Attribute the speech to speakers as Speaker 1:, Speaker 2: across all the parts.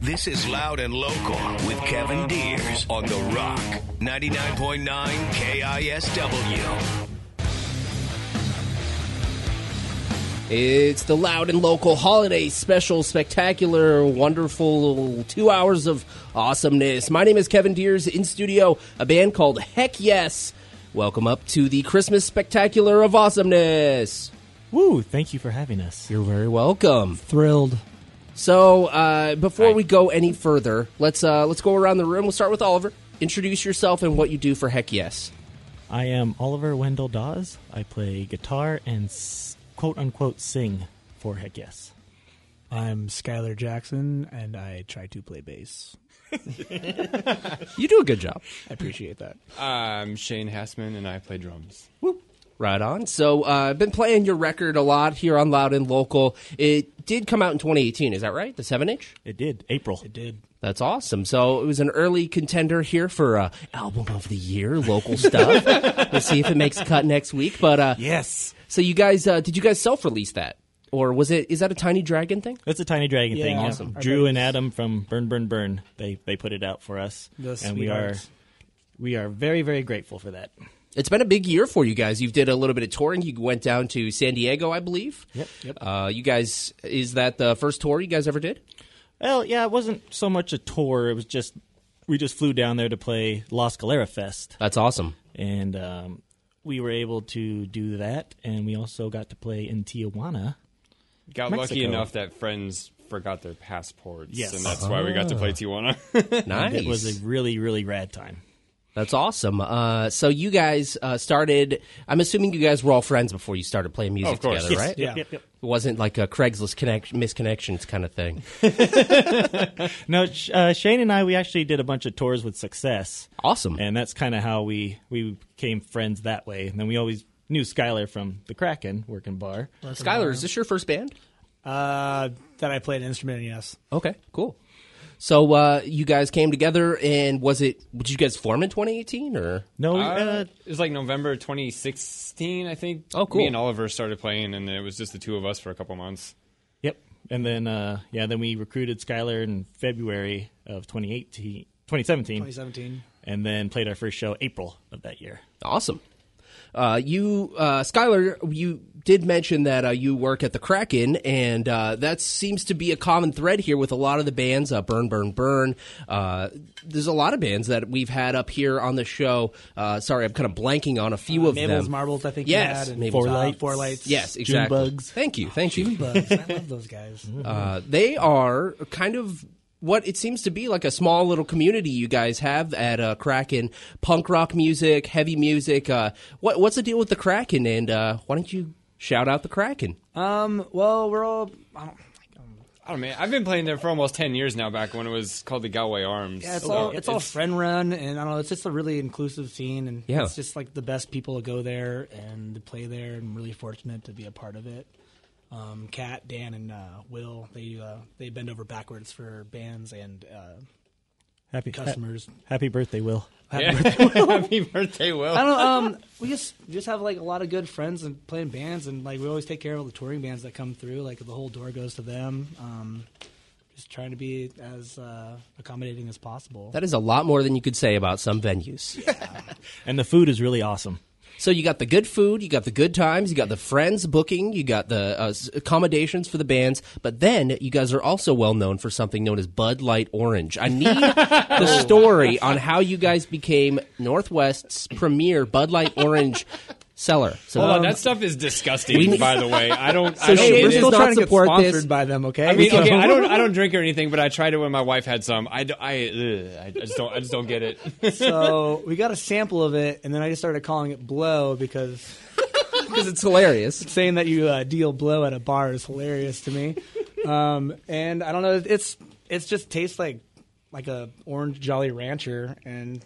Speaker 1: This is Loud and Local with Kevin Deers on The Rock, 99.9 KISW.
Speaker 2: It's the loud and local holiday special, spectacular, wonderful two hours of awesomeness. My name is Kevin Deers in studio, a band called Heck Yes. Welcome up to the Christmas spectacular of awesomeness.
Speaker 3: Woo! Thank you for having us.
Speaker 2: You're very welcome.
Speaker 3: Thrilled.
Speaker 2: So uh, before we go any further, let's uh, let's go around the room. We'll start with Oliver. Introduce yourself and what you do for Heck Yes.
Speaker 3: I am Oliver Wendell Dawes. I play guitar and s- quote unquote sing for Heck Yes.
Speaker 4: I'm Skylar Jackson, and I try to play bass.
Speaker 2: You do a good job.
Speaker 4: I appreciate that.
Speaker 5: I'm Um, Shane Hassman, and I play drums.
Speaker 2: Right on. So uh, I've been playing your record a lot here on Loud and Local. It did come out in 2018, is that right? The 7 inch?
Speaker 3: It did. April. It
Speaker 4: Did
Speaker 2: That's awesome. So it was an early contender here for uh, Album of the Year, local stuff. we'll see if it makes a cut next week. But uh,
Speaker 3: Yes.
Speaker 2: so you guys, uh, did you guys self release that? Or was it, is that a Tiny Dragon thing?
Speaker 3: That's a Tiny Dragon
Speaker 4: Yeah,
Speaker 3: thing. yeah.
Speaker 4: awesome. Our
Speaker 3: Drew and
Speaker 4: buddies.
Speaker 3: Adam from Burn Burn Burn. They they put it out for us,
Speaker 4: The
Speaker 3: and we are
Speaker 4: sweethearts.
Speaker 3: we are very very grateful for that.
Speaker 2: It's been a big year for you guys. You've did a little bit of touring. You went down to San Diego, I believe.
Speaker 3: Yep, yep.
Speaker 2: Uh, you guys, is that the first tour you guys ever did?
Speaker 3: Well, yeah, it wasn't so much a tour. It was just we just flew down there to play Las Galera Fest,
Speaker 2: That's awesome.
Speaker 3: and um, we were able to do that, and we also got to play in Tijuana.
Speaker 5: Got lucky
Speaker 3: Mexico.
Speaker 5: enough that friends forgot their passports,
Speaker 3: Yes.
Speaker 5: and that's why we got to play Tijuana.
Speaker 2: Nice.
Speaker 3: It was a really really rad time.
Speaker 2: That's awesome. Uh, so you guys uh, started. I'm assuming you guys were all friends before you started playing music
Speaker 5: of course.
Speaker 2: together,
Speaker 5: Yes.
Speaker 2: right?
Speaker 4: Yeah.
Speaker 3: Yep, yep.
Speaker 2: It wasn't like a Craigslist connect- misconnections kind of thing.
Speaker 3: No, Sh- uh, Shane and I, we actually did a bunch of tours with Success,
Speaker 2: Awesome.
Speaker 3: and that's kind of how we we became friends that way. And then we always knew Skylar from the Kraken working bar.
Speaker 2: Skylar, is this your first band?
Speaker 4: uh, that I played an instrument. Yes,
Speaker 2: Okay, cool. So uh, you guys came together, and was it? Did you guys form in 2018 or?
Speaker 3: No,
Speaker 5: Uh,
Speaker 3: uh,
Speaker 5: it was like November 2016, I think.
Speaker 2: Oh, cool.
Speaker 5: Me and Oliver started playing, and it was just the two of us for a couple months.
Speaker 3: yep. And then uh, yeah, then we recruited Skylar in February of 2018, 2017,
Speaker 4: 2017.
Speaker 3: and then played our first show April of that year.
Speaker 2: Awesome. Uh, you, uh, Skylar, you did mention that uh, you work at the Kraken, and uh, that seems to be a common thread here with a lot of the bands. Uh, Burn, Burn, Burn. Uh, there's a lot of bands that we've had up here on the show. Uh, sorry, I'm kind of blanking on a few of
Speaker 4: Mabel's
Speaker 2: them.
Speaker 4: Marbles, I think.
Speaker 2: Yes,
Speaker 4: we had, and,
Speaker 2: Mabel's
Speaker 4: uh,
Speaker 3: Marbles.
Speaker 4: Four Lights.
Speaker 2: yes, exactly.
Speaker 3: Bugs.
Speaker 2: Thank you, thank you.
Speaker 4: June Bugs. I love those guys.
Speaker 2: Uh, they are kind of what it seems to be like a small little community you guys have at uh, Kraken. Punk rock music, heavy music. Uh, what, what's the deal with the Kraken? And uh, why don't you shout out the Kraken?
Speaker 4: Uh,
Speaker 5: Um, well, we're all. I don't, I don't know, man. I've been playing there for almost 10 years now, back when it was called the Galway Arms.
Speaker 4: Yeah, it's
Speaker 5: So
Speaker 4: all it's, all friend run, and I don't know. It's just a really inclusive scene, and
Speaker 2: Yeah.
Speaker 4: it's just like the best people to go there and to play there. And I'm really fortunate to be a part of it. Um, Kat, Dan, and uh, Will they uh, they bend over backwards for bands and uh,
Speaker 3: Happy
Speaker 4: customers.
Speaker 3: Happy birthday, Will.
Speaker 5: Happy birthday, Will.
Speaker 4: I don't know. Um, we just we just have like a lot of good friends and playing bands, and like we always take care of all the touring bands that come through. Like the whole door goes to them. Um, just trying to be as uh, accommodating as possible.
Speaker 2: That is a lot more than you could say about some venues.
Speaker 3: And the food is really awesome.
Speaker 2: So you got the good food, you got the good times, you got the friends booking, you got the uh, s- accommodations for the bands, but then you guys are also well known for something known as Bud Light Orange. I need the story on how you guys became Northwest's premier Bud Light Orange seller. So
Speaker 5: Hold on, that stuff is disgusting. By the way, I don't.
Speaker 2: So
Speaker 5: I don't
Speaker 2: Shane,
Speaker 5: get
Speaker 2: we're
Speaker 5: it.
Speaker 2: still trying to support this.
Speaker 4: by them. Okay,
Speaker 5: I mean, okay, I don't, I don't drink or anything, but I tried it when my wife had some. I, d- I, ugh, I just don't, I just don't get it.
Speaker 4: so we got a sample of it, and then I just started calling it blow because
Speaker 2: because it's hilarious.
Speaker 4: saying that you uh, deal blow at a bar is hilarious to me. Um, and I don't know, it's it's just tastes like like a orange Jolly Rancher, and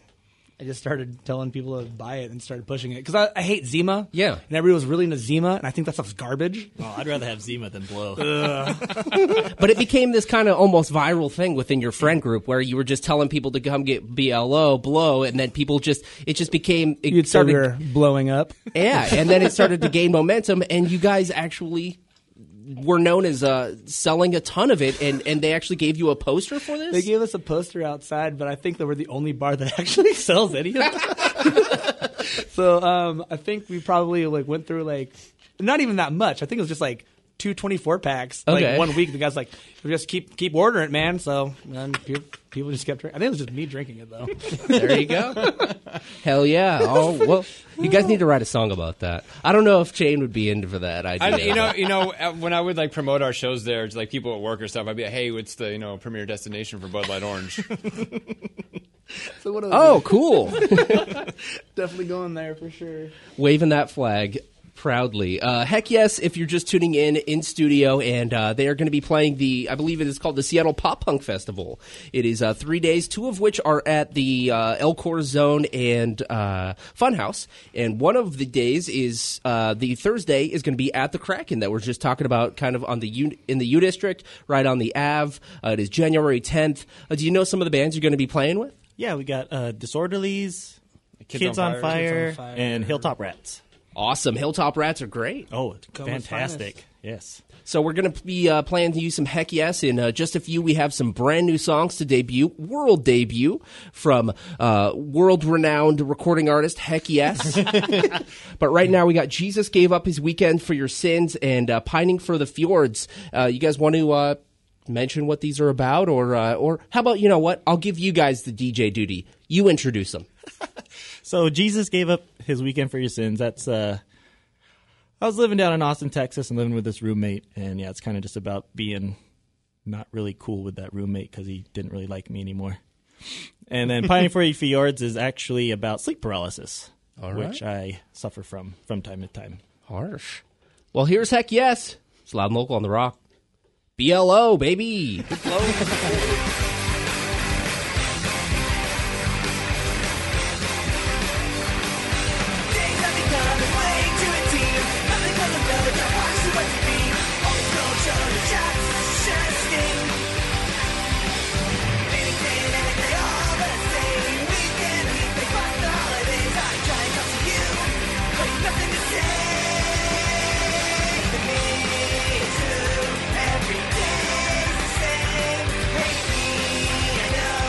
Speaker 4: I just started telling people to buy it and started pushing it because I, I hate Zima.
Speaker 2: Yeah.
Speaker 4: and everybody was really into Zima, and I think that stuff's garbage.
Speaker 3: Oh, I'd rather have Zima than Blow.
Speaker 2: But it became this kind of almost viral thing within your friend group where you were just telling people to come get BLO, blow, and then people just, it just became, it
Speaker 4: You'd say we
Speaker 2: started
Speaker 4: were blowing up.
Speaker 2: Yeah, and then it started to gain momentum, and you guys actually were known as uh, selling a ton of it, and, and they actually gave you a poster for this.
Speaker 4: They gave us a poster outside, but I think that we're the only bar that actually sells any of it. so um, I think we probably like went through like not even that much. I think it was just like two 24 packs
Speaker 2: Okay.
Speaker 4: like one week. The guy's like, "We just keep keep ordering it, man." So and people, people just kept drinking. I think it was just me drinking it though.
Speaker 2: There you go. Hell yeah! Oh well, you guys need to write a song about that. I don't know if Shane would be into for that idea.
Speaker 5: I, you know, you know, uh, when I would like promote our shows there, to, like people at work or stuff, I'd be like, "Hey, what's the you know premier destination for Bud Light Orange?"
Speaker 4: so what?
Speaker 2: oh, cool!
Speaker 4: definitely going there for sure.
Speaker 2: Waving that flag proudly. Uh, heck yes! If you're just tuning in in studio, and uh, they are going to be playing the, I believe it is called the Seattle Pop Punk Festival. It is uh, three days, two of which are at the uh, Elcor Zone and uh, Funhouse, and one of the days is uh, the Thursday is going to be at the Kraken that we're just talking about, kind of on the U, in the U District, right on the Ave. Uh, it is January 10th. Uh, do you know some of the bands you're going to be playing with?
Speaker 3: Yeah, we got uh, Disorderlies, Kids, on, fire,
Speaker 4: Kids on Fire.
Speaker 3: and Hilltop Rats.
Speaker 2: Awesome. Hilltop Rats are great.
Speaker 3: Oh,
Speaker 4: with
Speaker 3: fantastic.
Speaker 4: finest.
Speaker 3: Yes.
Speaker 2: So we're going to be uh, playing to you some heck yes in uh, just a few. We have some brand new songs to debut, world debut from uh, world-renowned recording artist Heck Yes. but right now we got Jesus gave up his weekend for your sins and uh, pining for the fjords. Uh, you guys want to uh, mention what these are about, or uh, or how about you know what? I'll give you guys the DJ duty. You introduce them.
Speaker 3: So Jesus gave up his weekend for your sins. That's uh I was living down in Austin, Texas and living with this roommate and yeah, it's kind of just about being not really cool with that roommate cuz he didn't really like me anymore. And then Pining for Your Fjords is actually about sleep paralysis, which I suffer from from time to time.
Speaker 2: Harsh. Well, here's heck yes. It's loud and local on the rock. BLO baby.
Speaker 6: Every day the same, hate me.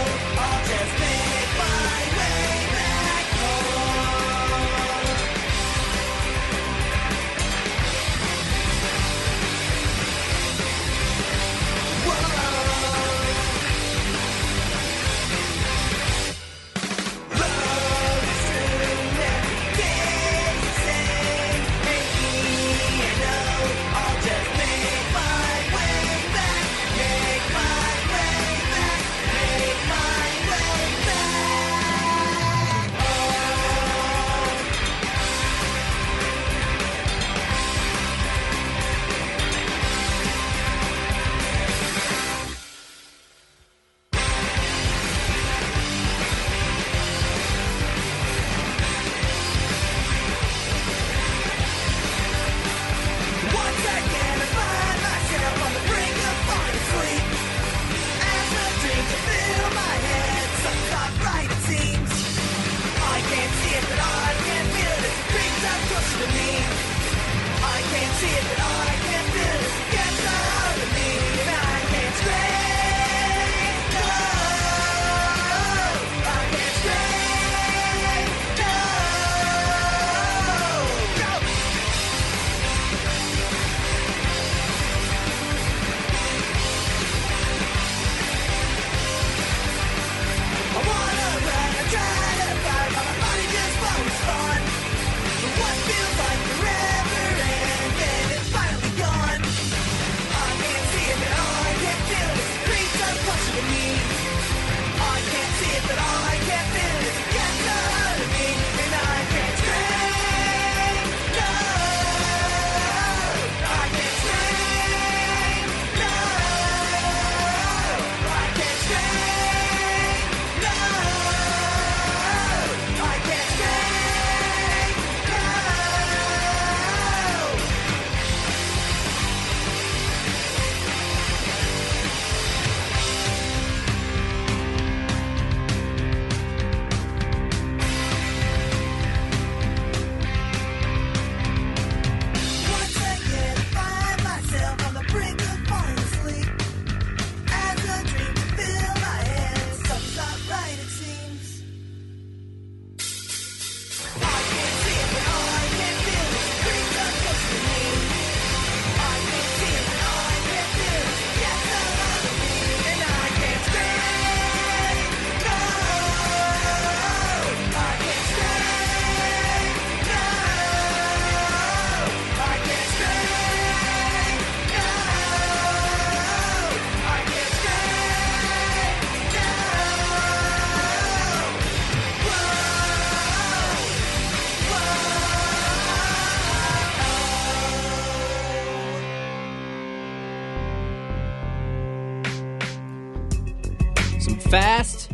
Speaker 2: Some fast,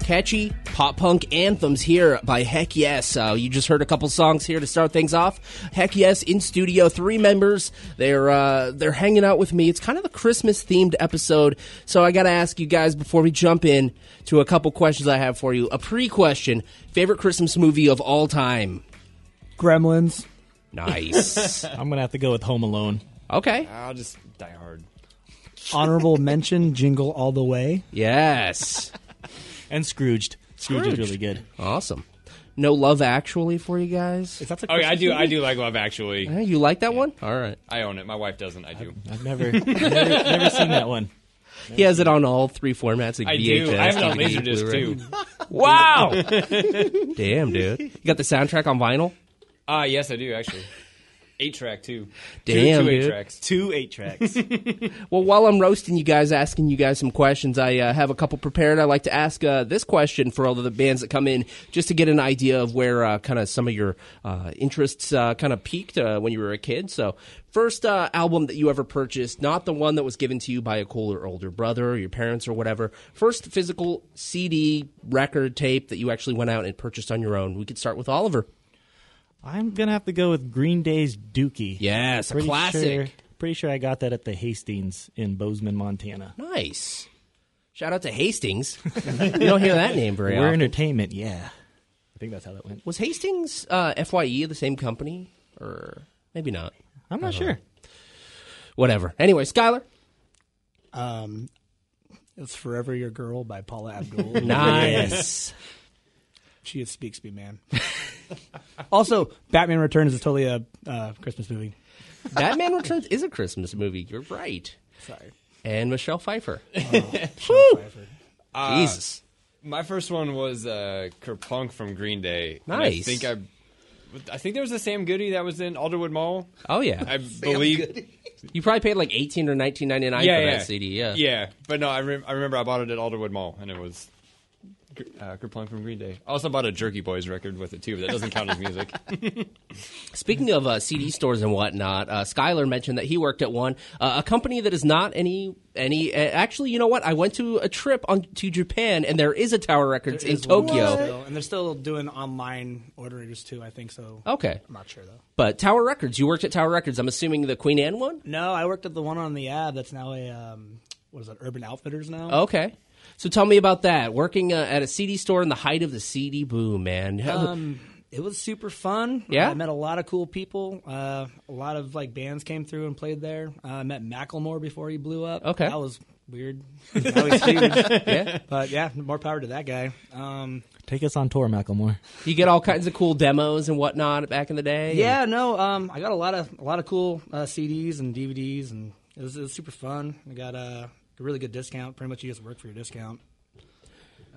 Speaker 2: catchy pop punk anthems here by Heck Yes. Uh, you just heard a couple songs here to start things off. Heck Yes in studio, three members. They're uh, they're hanging out with me. It's kind of a Christmas themed episode, so I got to ask you guys before we jump in to a couple questions I have for you. A pre question: favorite Christmas movie of all time?
Speaker 4: Gremlins.
Speaker 2: Nice.
Speaker 3: I'm gonna have to go with Home Alone.
Speaker 2: okay.
Speaker 5: I'll just die hard.
Speaker 4: Honorable mention. Jingle all the way.
Speaker 2: Yes.
Speaker 3: And Scrooged. Scrooge
Speaker 2: Scrooged.
Speaker 3: is really good.
Speaker 2: Awesome. No love actually for you guys.
Speaker 4: Is that the
Speaker 5: Oh yeah, I
Speaker 4: Christmas
Speaker 5: do.
Speaker 4: movie?
Speaker 5: I do like Love Actually.
Speaker 2: Eh, You like that one? All right.
Speaker 5: I own it. My wife doesn't. I do.
Speaker 3: I've never, never, never seen that one.
Speaker 2: He has it on all three formats. Like
Speaker 5: I
Speaker 2: VHS,
Speaker 5: do. I have it on
Speaker 2: DVD,
Speaker 5: Laserdisc
Speaker 2: Blu-ray.
Speaker 5: too.
Speaker 2: Wow. Damn, dude. You got the soundtrack on vinyl?
Speaker 5: Ah, yes, I do actually. Eight track too.
Speaker 2: Damn,
Speaker 5: two, two eight
Speaker 2: dude.
Speaker 5: tracks.
Speaker 3: Two eight tracks.
Speaker 2: Well, while I'm roasting you guys, asking you guys some questions, I uh, have a couple prepared. I like to ask uh, this question for all of the bands that come in, just to get an idea of where uh, kind of some of your uh, interests uh, kind of peaked uh, when you were a kid. So, first uh, album that you ever purchased, not the one that was given to you by a cooler older brother or your parents or whatever. First physical CD, record, tape that you actually went out and purchased on your own. We could start with Oliver.
Speaker 3: I'm gonna have to go with Green Day's Dookie.
Speaker 2: Yes, a
Speaker 3: Pretty
Speaker 2: classic.
Speaker 3: Sure, pretty sure I got that at the Hastings in Bozeman, Montana.
Speaker 2: Nice. Shout out to Hastings. you don't hear that name very
Speaker 3: We're
Speaker 2: often.
Speaker 3: entertainment, yeah. I think that's how that went.
Speaker 2: Was Hastings uh, FYE the same company? Or maybe not.
Speaker 3: I'm
Speaker 2: Uh-huh.
Speaker 3: not sure.
Speaker 2: Whatever. Anyway, Skylar.
Speaker 4: Um, it's Forever Your Girl by Paula Abdul.
Speaker 2: Nice.
Speaker 4: She speaks me, man. also, Batman Returns is totally a uh, Christmas movie.
Speaker 2: Batman Returns is a Christmas movie. You're right.
Speaker 4: Sorry.
Speaker 2: And Michelle Pfeiffer.
Speaker 3: Oh,
Speaker 5: Ah,
Speaker 2: Jesus.
Speaker 5: My first one was uh, Kerplunk from Green Day. And
Speaker 2: Nice.
Speaker 5: I think I, I think there was a Sam Goody that was in Alderwood Mall.
Speaker 2: Oh yeah.
Speaker 5: I believe.
Speaker 2: you probably paid like eighteen or nineteen ninety nine
Speaker 5: Yeah,
Speaker 2: for
Speaker 5: yeah.
Speaker 2: that CD. Yeah.
Speaker 5: Yeah, but no, I, rem- I remember I bought it at Alderwood Mall, and it was Gr- uh, Kerplunk from Green Day. I also bought a Jerky Boys record with it too, but that doesn't count as music.
Speaker 2: Speaking of uh, CD stores and whatnot, uh, Skyler mentioned that he worked at one, uh, a company that is not any any. Uh, actually, you know what? I went to a trip on to Japan, and there is a Tower Records in Tokyo.
Speaker 4: and they're still doing online orders too. I think so.
Speaker 2: Okay,
Speaker 4: I'm not sure though.
Speaker 2: but Tower Records. You worked at Tower Records. I'm assuming the Queen Anne one.
Speaker 4: No, I worked at the one on the ad that's now a um, what is it? Urban Outfitters now.
Speaker 2: Okay. So tell me about that. Working uh, at a CD store in the height of the CD boom, man.
Speaker 4: It was super fun.
Speaker 2: Yeah?
Speaker 4: I met a lot of cool people. Uh, a lot of like bands came through and played there. Uh, I met Macklemore before he blew up.
Speaker 2: Okay.
Speaker 4: that was weird. Now he's huge.
Speaker 2: yeah.
Speaker 4: But yeah, more power to that guy. Um,
Speaker 3: Take us on tour, Macklemore.
Speaker 2: You get all kinds of cool demos and whatnot back in the day.
Speaker 4: yeah, no, um, I got a lot of a lot of cool uh, CDs and DVDs, and it was, it was super fun. I got a really good discount. Pretty much, you just work for your discount.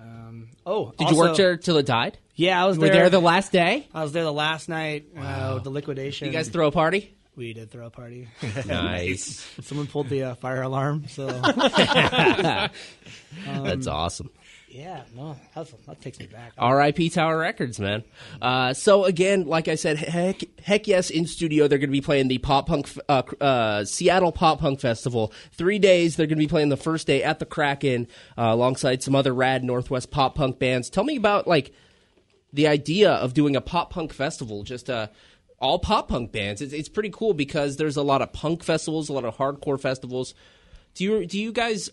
Speaker 4: Um, oh,
Speaker 2: Did you work
Speaker 4: also-
Speaker 2: there till it died?
Speaker 4: Yeah, I was
Speaker 2: You were there the last day?
Speaker 4: I was there the last night. Uh, the liquidation.
Speaker 2: You guys throw a party?
Speaker 4: we did throw a party.
Speaker 2: Nice.
Speaker 4: Someone pulled the uh, fire alarm, so
Speaker 2: That's awesome.
Speaker 4: yeah, no, that's, that takes me back. Oh,
Speaker 2: R.I.P. Tower Records, man. Uh, so again, like I said, heck, heck yes, in studio they're going to be playing the pop punk uh, uh, Seattle Pop Punk Festival. Three days they're going to be playing the first day at the Kraken uh, alongside some other rad Northwest pop punk bands. Tell me about like the idea of doing a pop punk festival, just uh, all pop punk bands. It's, it's pretty cool because there's a lot of punk festivals, a lot of hardcore festivals. Do you do you guys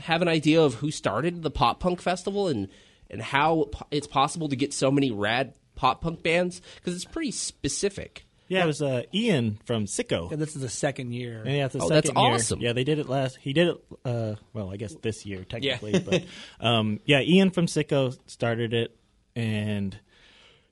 Speaker 2: have an idea of who started the pop punk festival and and how po- it's possible to get so many rad pop punk bands? Because it's pretty specific.
Speaker 3: Yeah, it was uh, Ian from Sicko.
Speaker 4: And this is the second year.
Speaker 3: And yeah, it's the
Speaker 2: Oh, that's
Speaker 3: second year.
Speaker 2: awesome.
Speaker 3: Yeah, they did it last. He did it. Uh, well, I guess this year technically, but um, yeah, Ian from Sicko started it, and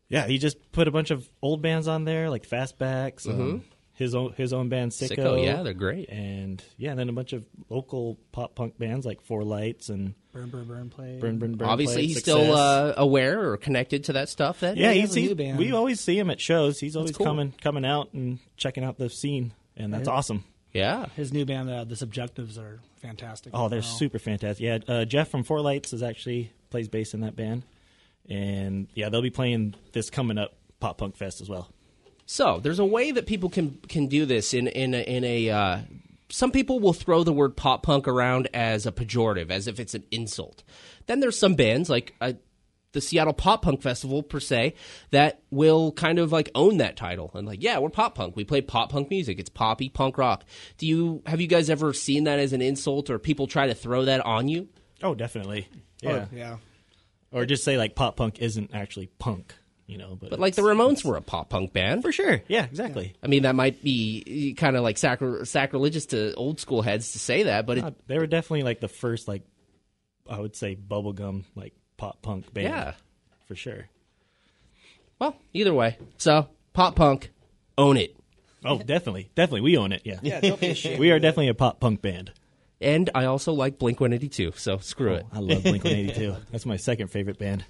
Speaker 3: yeah, he just put a bunch of old bands on there, like Fastbacks, um, his own his own band Sicko.
Speaker 2: Mm-hmm. Sicko, yeah, they're great.
Speaker 3: And yeah, and then a bunch of local pop punk bands like Four Lights and
Speaker 4: Burn, burn, burn, play.
Speaker 3: Burn Burn Burn.
Speaker 2: Obviously,
Speaker 3: played
Speaker 2: he's
Speaker 3: Success.
Speaker 2: still uh, aware or connected to that stuff. Then,
Speaker 3: yeah,
Speaker 4: he
Speaker 3: he's,
Speaker 4: has a new
Speaker 3: he's-
Speaker 4: band.
Speaker 3: we always see him at shows. He's always
Speaker 2: cool.
Speaker 3: coming coming out and checking out the scene, and that's awesome.
Speaker 2: yeah.
Speaker 4: His new band, uh, the Subjectives, are fantastic.
Speaker 3: Oh,
Speaker 4: as
Speaker 3: they're
Speaker 4: well.
Speaker 3: super fantastic. Yeah, uh, Jeff from Four Lights is actually plays bass in that band, and yeah, they'll be playing this coming up Pop Punk Fest as well.
Speaker 2: So there's a way that people can can do this in in a, in a uh, some people will throw the word pop punk around as a pejorative, as if it's an insult. Then there's some bands like uh, the Seattle Pop Punk Festival per se that will kind of like own that title and like, yeah, we're pop punk. We play pop punk music. It's poppy punk rock. Do you have you guys ever seen that as an insult or people try to throw that on you?
Speaker 3: Oh, definitely. Oh, Yeah.
Speaker 4: yeah.
Speaker 3: Or just say like pop punk isn't actually punk, you know. But,
Speaker 2: But like the
Speaker 3: it's-
Speaker 2: Ramones were a pop punk band.
Speaker 3: for sure. Yeah, exactly.
Speaker 2: I mean, that might be kind of like sacri- sacrilegious to old school heads to say that, but it,
Speaker 3: Uh, they were definitely like the first like I would say bubblegum like pop punk band.
Speaker 2: Yeah.
Speaker 3: For sure.
Speaker 2: well, either way. So pop punk, own it.
Speaker 3: Oh, definitely. Definitely we own it. Yeah. we are definitely a pop punk band. Oh,
Speaker 2: And I also like Blink 182, so screw it.
Speaker 3: I love Blink 182. That's my second favorite band.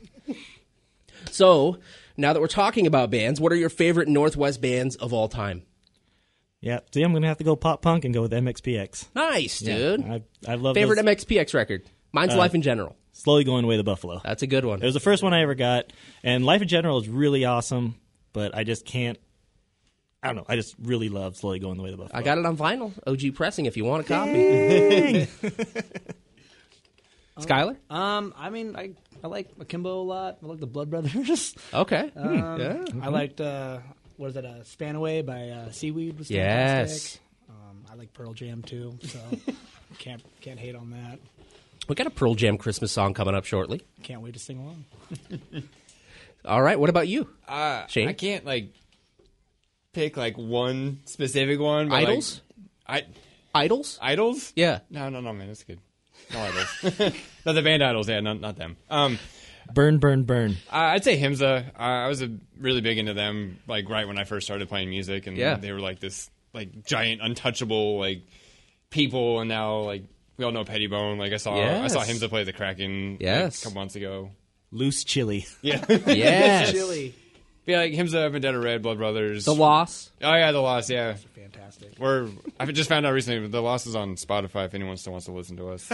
Speaker 2: So now that we're talking about bands, what are your favorite Northwest bands of all time?
Speaker 3: Yeah. See, I'm going to have to go pop punk and go with MXPX.
Speaker 2: Nice,
Speaker 3: Yeah,
Speaker 2: dude.
Speaker 3: I, I love
Speaker 2: favorite
Speaker 3: those- Uh,
Speaker 2: MXPX record. Mine's Life in General.
Speaker 3: Slowly Going Away the Buffalo.
Speaker 2: That's a good one.
Speaker 3: It was the first one I ever got, and Life in General is really awesome, but I just can't. I don't know. I just really love Slowly Going the Way of the Buffalo.
Speaker 2: I got it on vinyl, OG pressing. If you want a copy, Skylar.
Speaker 4: Um, I mean, I I like Akimbo a lot. I like the Blood Brothers. Um,
Speaker 2: Okay.
Speaker 5: Um,
Speaker 2: Hmm, yeah.
Speaker 4: I liked uh, what is that? Uh, Spanaway by uh, Seaweed was
Speaker 2: Yes.
Speaker 4: fantastic. Um, I like Pearl Jam too, so can't can't hate on that.
Speaker 2: We got a Pearl Jam Christmas song coming up shortly.
Speaker 4: Can't wait to sing along.
Speaker 2: All right. What about you?
Speaker 5: Uh,
Speaker 2: Shane?
Speaker 5: I can't like pick like one specific one. But, like,
Speaker 2: Idols?
Speaker 5: I
Speaker 2: Idols.
Speaker 5: idols.
Speaker 2: Yeah.
Speaker 5: No, no, no, man, that's good. No idols. not the band idols. Yeah, not not them. Um,
Speaker 3: burn, burn, burn.
Speaker 5: I- I'd say Himza. Uh, I was a, really big into them, like right when I first started playing music, and
Speaker 2: Yeah.
Speaker 5: they were like this like giant, untouchable like people, and now like we all know Pettibone. Like I saw I saw
Speaker 2: Yes.
Speaker 5: Himza play the Kraken. like,
Speaker 2: Yes.
Speaker 5: a couple months ago.
Speaker 3: Loose Chili.
Speaker 5: Yeah,
Speaker 2: Yes.
Speaker 4: Chili,
Speaker 5: yeah, like Himza, Vendetta Red, Blood Brothers.
Speaker 2: The Loss.
Speaker 5: Oh yeah, the loss. Yeah,
Speaker 4: fantastic.
Speaker 5: We're I just found out recently the loss is on Spotify if anyone still wants to listen to us.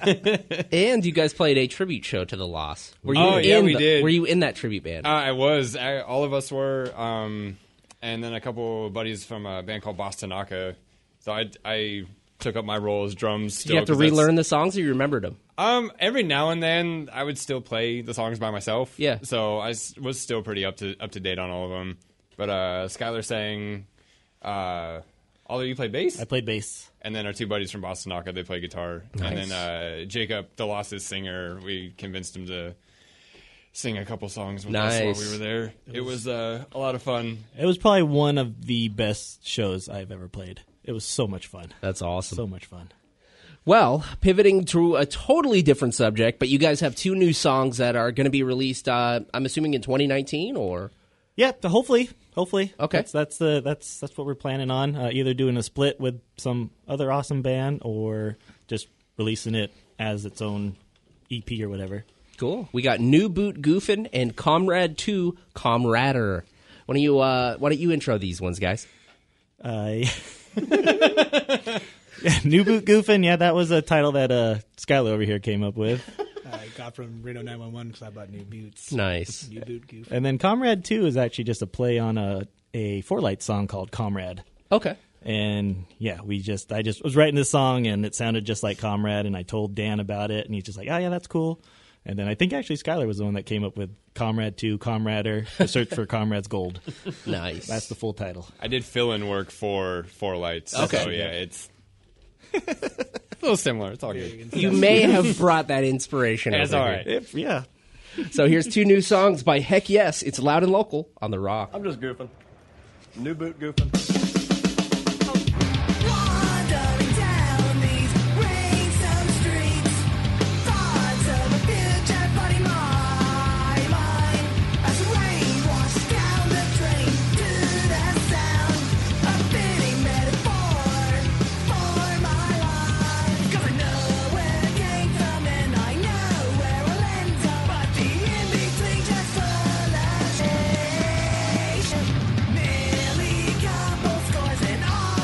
Speaker 2: And you guys played a tribute show to The Loss. Were you
Speaker 5: Oh,
Speaker 2: in
Speaker 5: yeah, we
Speaker 2: the-
Speaker 5: did.
Speaker 2: Were you in that tribute band?
Speaker 5: uh, I was I, all of us were, um, and then a couple of buddies from a band called Bostonaka. So I I took up my role as drums.
Speaker 2: Did
Speaker 5: Still,
Speaker 2: you have to
Speaker 5: 'cause that's-
Speaker 2: relearn the songs or you remembered them?
Speaker 5: Um, every now and then I would still play the songs by myself.
Speaker 2: Yeah.
Speaker 5: So I s- was still pretty up to up to date on all of them. But uh, Skylar sang. Uh, although you play bass,
Speaker 3: I played bass.
Speaker 5: and then our two buddies from Boston Naka, they play guitar. And then uh, Jacob, the Losses singer, we convinced him to sing a couple songs with us
Speaker 2: Nice.
Speaker 5: while we were there. It was uh, a lot of fun.
Speaker 3: It was probably one of the best shows I've ever played. It was so much fun.
Speaker 2: That's awesome.
Speaker 3: So much fun.
Speaker 2: Well, pivoting to a totally different subject, but you guys have two new songs that are going to be released. Uh, I'm assuming in 2019, or
Speaker 3: Yeah, th- hopefully, hopefully.
Speaker 2: Okay.
Speaker 3: that's that's the that's that's what we're planning on. Uh, either doing a split with some other awesome band, or just releasing it as its own EP or whatever.
Speaker 2: cool. We got New Boot Goofin and Comrade Two Comrader. Why don't you uh, Why don't you intro these ones, guys?
Speaker 3: Uh, yeah. Yeah, New Boot Goofin', yeah, that was a title that uh, Skylar over here came up with.
Speaker 4: I got from Reno 911 because I bought new boots.
Speaker 2: Nice.
Speaker 4: New boot goof.
Speaker 3: And then Comrade 2 is actually just a play on a, a Four Light song called Comrade.
Speaker 2: Okay.
Speaker 3: And yeah, we just, I just was writing this song and it sounded just like Comrade. And I told Dan about it and he's just like, oh, yeah, that's cool. And then I think actually Skylar was the one that came up with Comrade 2, Comrader, the search for Comrade's Gold.
Speaker 2: Nice.
Speaker 3: That's the full title.
Speaker 5: I did fill in work for Four Lights.
Speaker 2: Okay.
Speaker 5: So, yeah, it's a little similar. It's all good.
Speaker 2: you may have brought that inspiration.
Speaker 5: That's
Speaker 2: over
Speaker 5: all
Speaker 2: here.
Speaker 5: right.
Speaker 3: If, yeah.
Speaker 2: So here's two new songs by Heck Yes. It's loud and local on the Rock.
Speaker 6: I'm just goofing. New boot goofing.
Speaker 7: Wandering down these rain-soaked streets, thoughts of a future flooding my mind as rain washes down the drain to the sound a fitting metaphor for my life. 'Cause I know where I came from and I know where I'll end up, but the in-between just collation. Nearly coupled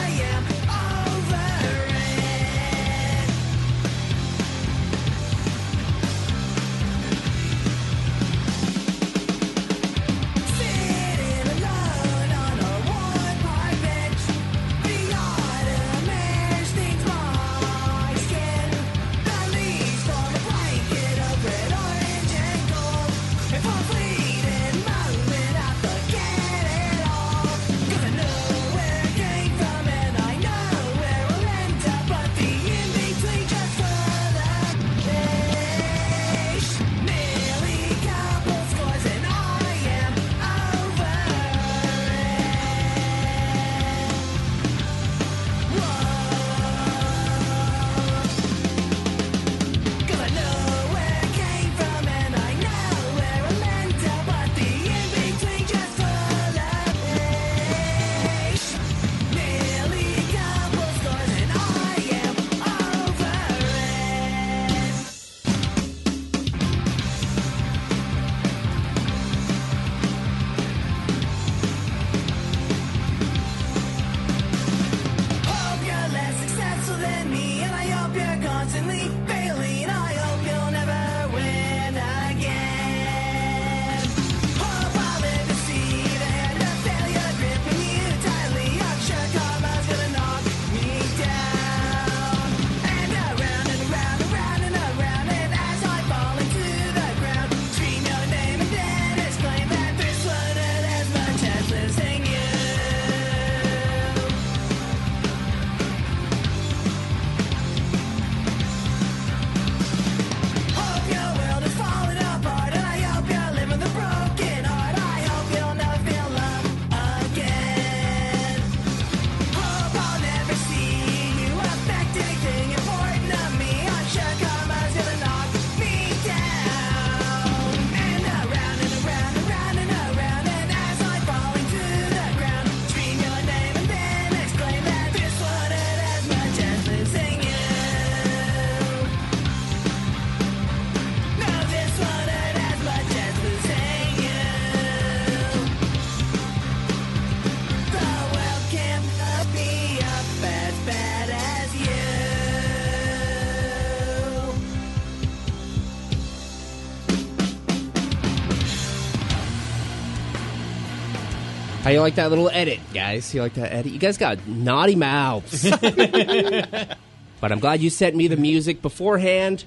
Speaker 2: How you like that little edit, guys? You like that edit? You guys got naughty mouths. but I'm glad you sent me the music beforehand.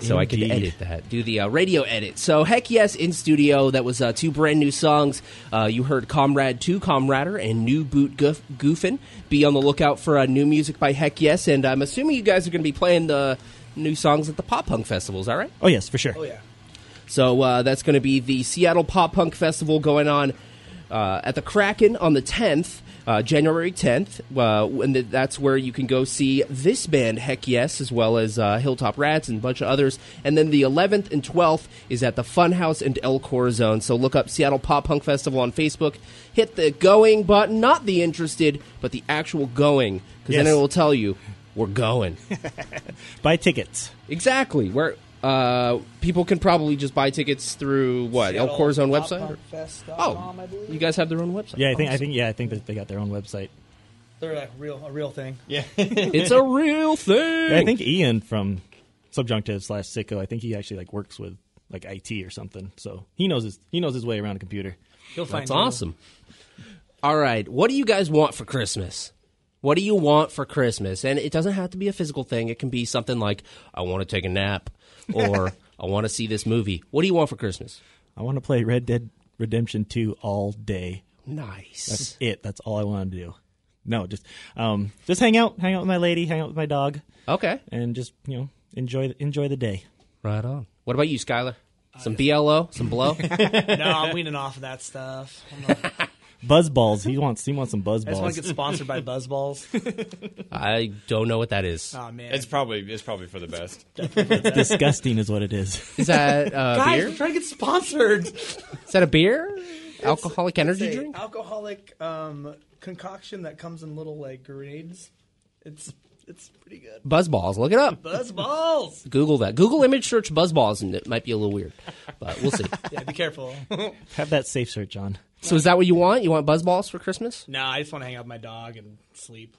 Speaker 2: So I could
Speaker 3: Indeed.
Speaker 2: edit that, do the uh, radio edit. So heck yes, in studio. That was uh, two brand new songs. Uh, you heard Comrade Two, Comrader, and New Boot Goof- Goofin. Be on the lookout for uh, new music by Heck Yes, and I'm assuming you guys are going to be playing the new songs at the Pop Punk Festival. Is that right?
Speaker 3: Oh yes, for sure.
Speaker 4: Oh yeah.
Speaker 2: So uh, that's going to be the Seattle Pop Punk Festival going on uh, at the Kraken on the 10th, uh, January 10th. Uh, and th- that's where you can go see this band, Heck Yes, as well as uh, Hilltop Rats and a bunch of others. And then the 11th and 12th is at the Funhouse and El Corazon. So look up Seattle Pop Punk Festival on Facebook. Hit the going button, not the interested, but the actual going, because then
Speaker 3: Yes.
Speaker 2: it will tell you we're going.
Speaker 3: Buy tickets.
Speaker 2: Exactly. Where uh, people can probably just buy tickets through what Uh, El Corazon website. Or-
Speaker 4: Oh,
Speaker 2: Oh, you guys have their own website.
Speaker 3: Yeah, I think I think yeah, I think that they got their own website.
Speaker 4: they're like real a real thing.
Speaker 5: Yeah.
Speaker 2: it's a real thing.
Speaker 3: I think Ian from Subjunctive slash Sicko. I think he actually like works with like IT or something. So he knows his he knows his way around a computer.
Speaker 4: You'll find
Speaker 2: that's
Speaker 4: you.
Speaker 2: awesome. All right, what do you guys want for Christmas? What do you want for Christmas? And it doesn't have to be a physical thing. It can be something like I want to take a nap or I want to see this movie. What do you want for Christmas?
Speaker 3: I want to play Red Dead Redemption Two all day.
Speaker 2: Nice.
Speaker 3: That's it. That's all I want to do. No, just um, just hang out, hang out with my lady, hang out with my dog,
Speaker 2: Okay.
Speaker 3: and just you know enjoy enjoy the day.
Speaker 2: Right on. What about you, Skylar? Some BLO, some blow.
Speaker 4: No, I'm weaning off of that stuff. I'm not- i
Speaker 3: Buzz balls. He wants he wants some buzz
Speaker 4: just want
Speaker 3: balls.
Speaker 4: to get sponsored by Buzzballs.
Speaker 2: I don't know what that is.
Speaker 4: Oh man,
Speaker 5: It's probably it's probably for the best.
Speaker 3: Disgusting is what it is.
Speaker 2: Is that uh,
Speaker 4: guys,
Speaker 2: beer?
Speaker 4: we're trying to get sponsored.
Speaker 2: Is that a beer? Alcoholic energy
Speaker 4: It's a
Speaker 2: drink?
Speaker 4: alcoholic um, concoction that comes in little like grenades. It's it's pretty good.
Speaker 2: Buzzballs. Look it up.
Speaker 4: Buzzballs.
Speaker 2: Google that. Google image search buzzballs, and it might be a little weird, but we'll see.
Speaker 4: yeah, be careful.
Speaker 3: Have that safe search on.
Speaker 2: So, is that what you want? You want buzzballs for Christmas?
Speaker 4: no, I just want to hang out with my dog and sleep.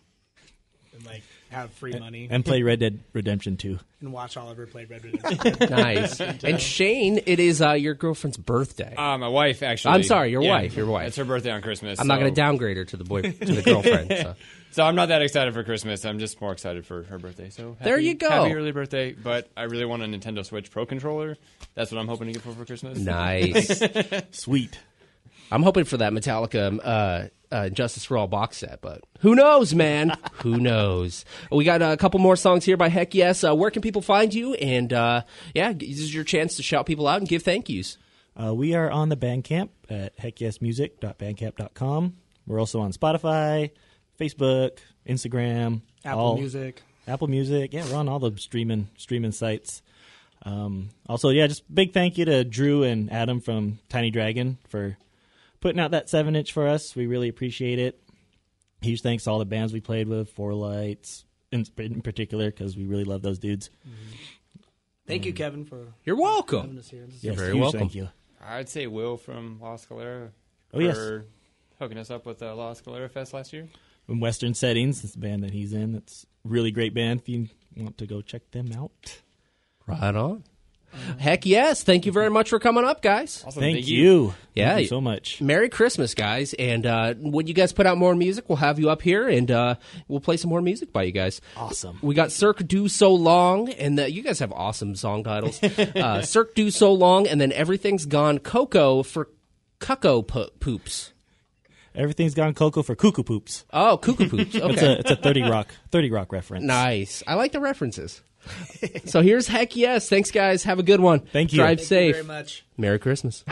Speaker 4: And like have free money and,
Speaker 3: And play Red Dead Redemption 2.
Speaker 4: watch Oliver play Red Redemption.
Speaker 2: Nice. and Shane, it is uh, your girlfriend's birthday.
Speaker 5: Uh, my wife actually.
Speaker 2: I'm sorry, your wife, your wife.
Speaker 5: It's her birthday on Christmas.
Speaker 2: I'm not going to
Speaker 5: down.
Speaker 2: downgrade her to the boy to the girlfriend. So.
Speaker 5: So I'm not that excited for Christmas. I'm just more excited for her birthday. So happy,
Speaker 2: There you go.
Speaker 5: Happy early birthday! But I really want a Nintendo Switch Pro controller. That's what I'm hoping to get for for Christmas.
Speaker 2: Nice.
Speaker 3: Sweet.
Speaker 2: I'm hoping for that Metallica uh, uh, Justice for All box set, but who knows, man? who knows? We got uh, a couple more songs here by Heck Yes. Uh, where can people find you? And uh, yeah, this is your chance to shout people out and give thank yous.
Speaker 3: Uh, we are on the Bandcamp at heckyesmusic.bandcamp.com. We're also on Spotify, Facebook, Instagram,
Speaker 4: Apple
Speaker 3: all-
Speaker 4: Music.
Speaker 3: Apple Music. Yeah, we're on all the streaming streaming sites. Um, also, yeah, just big thank you to Drew and Adam from Tiny Dragon for putting out that seven inch for us. We really appreciate it. Huge thanks to all the bands we played with, Four Lights in, in particular, because we really love those dudes.
Speaker 4: Thank you, Kevin, for
Speaker 2: You're
Speaker 4: having
Speaker 2: welcome.
Speaker 4: us here. This is
Speaker 3: Yes,
Speaker 2: very
Speaker 3: huge
Speaker 2: welcome.
Speaker 3: Thank you.
Speaker 5: I'd say Will from La Escalera
Speaker 3: Oh, yes.
Speaker 5: for hooking us up with uh, La Escalera Fest last year.
Speaker 3: in Western Settings. This band that he's in. It's a really great band. If you want to go check them out,
Speaker 2: Right on. Heck yes. Thank you very much for coming up, guys.
Speaker 5: Awesome.
Speaker 3: thank, you. Thank
Speaker 2: Yeah.
Speaker 3: you so much.
Speaker 2: Merry Christmas, guys. And uh, when you guys put out more music, we'll have you up here and uh, we'll play some more music by you guys.
Speaker 3: Awesome.
Speaker 2: We got Cirque Do So Long, and the, you guys have awesome song titles. uh, Cirque Do So Long, and then Everything's Gone Coco for Cuckoo po- Poops.
Speaker 3: Everything's gone cocoa for cuckoo poops.
Speaker 2: Oh, Cuckoo Poops.
Speaker 3: It's
Speaker 2: Okay.
Speaker 3: a it's a thirty rock thirty rock reference.
Speaker 2: nice. I like the references. so here's Heck Yes. Thanks, guys. Have a good one.
Speaker 3: Thank you.
Speaker 2: Drive
Speaker 3: Thank
Speaker 4: Thank you
Speaker 2: safe.
Speaker 4: very much.
Speaker 2: Merry Christmas.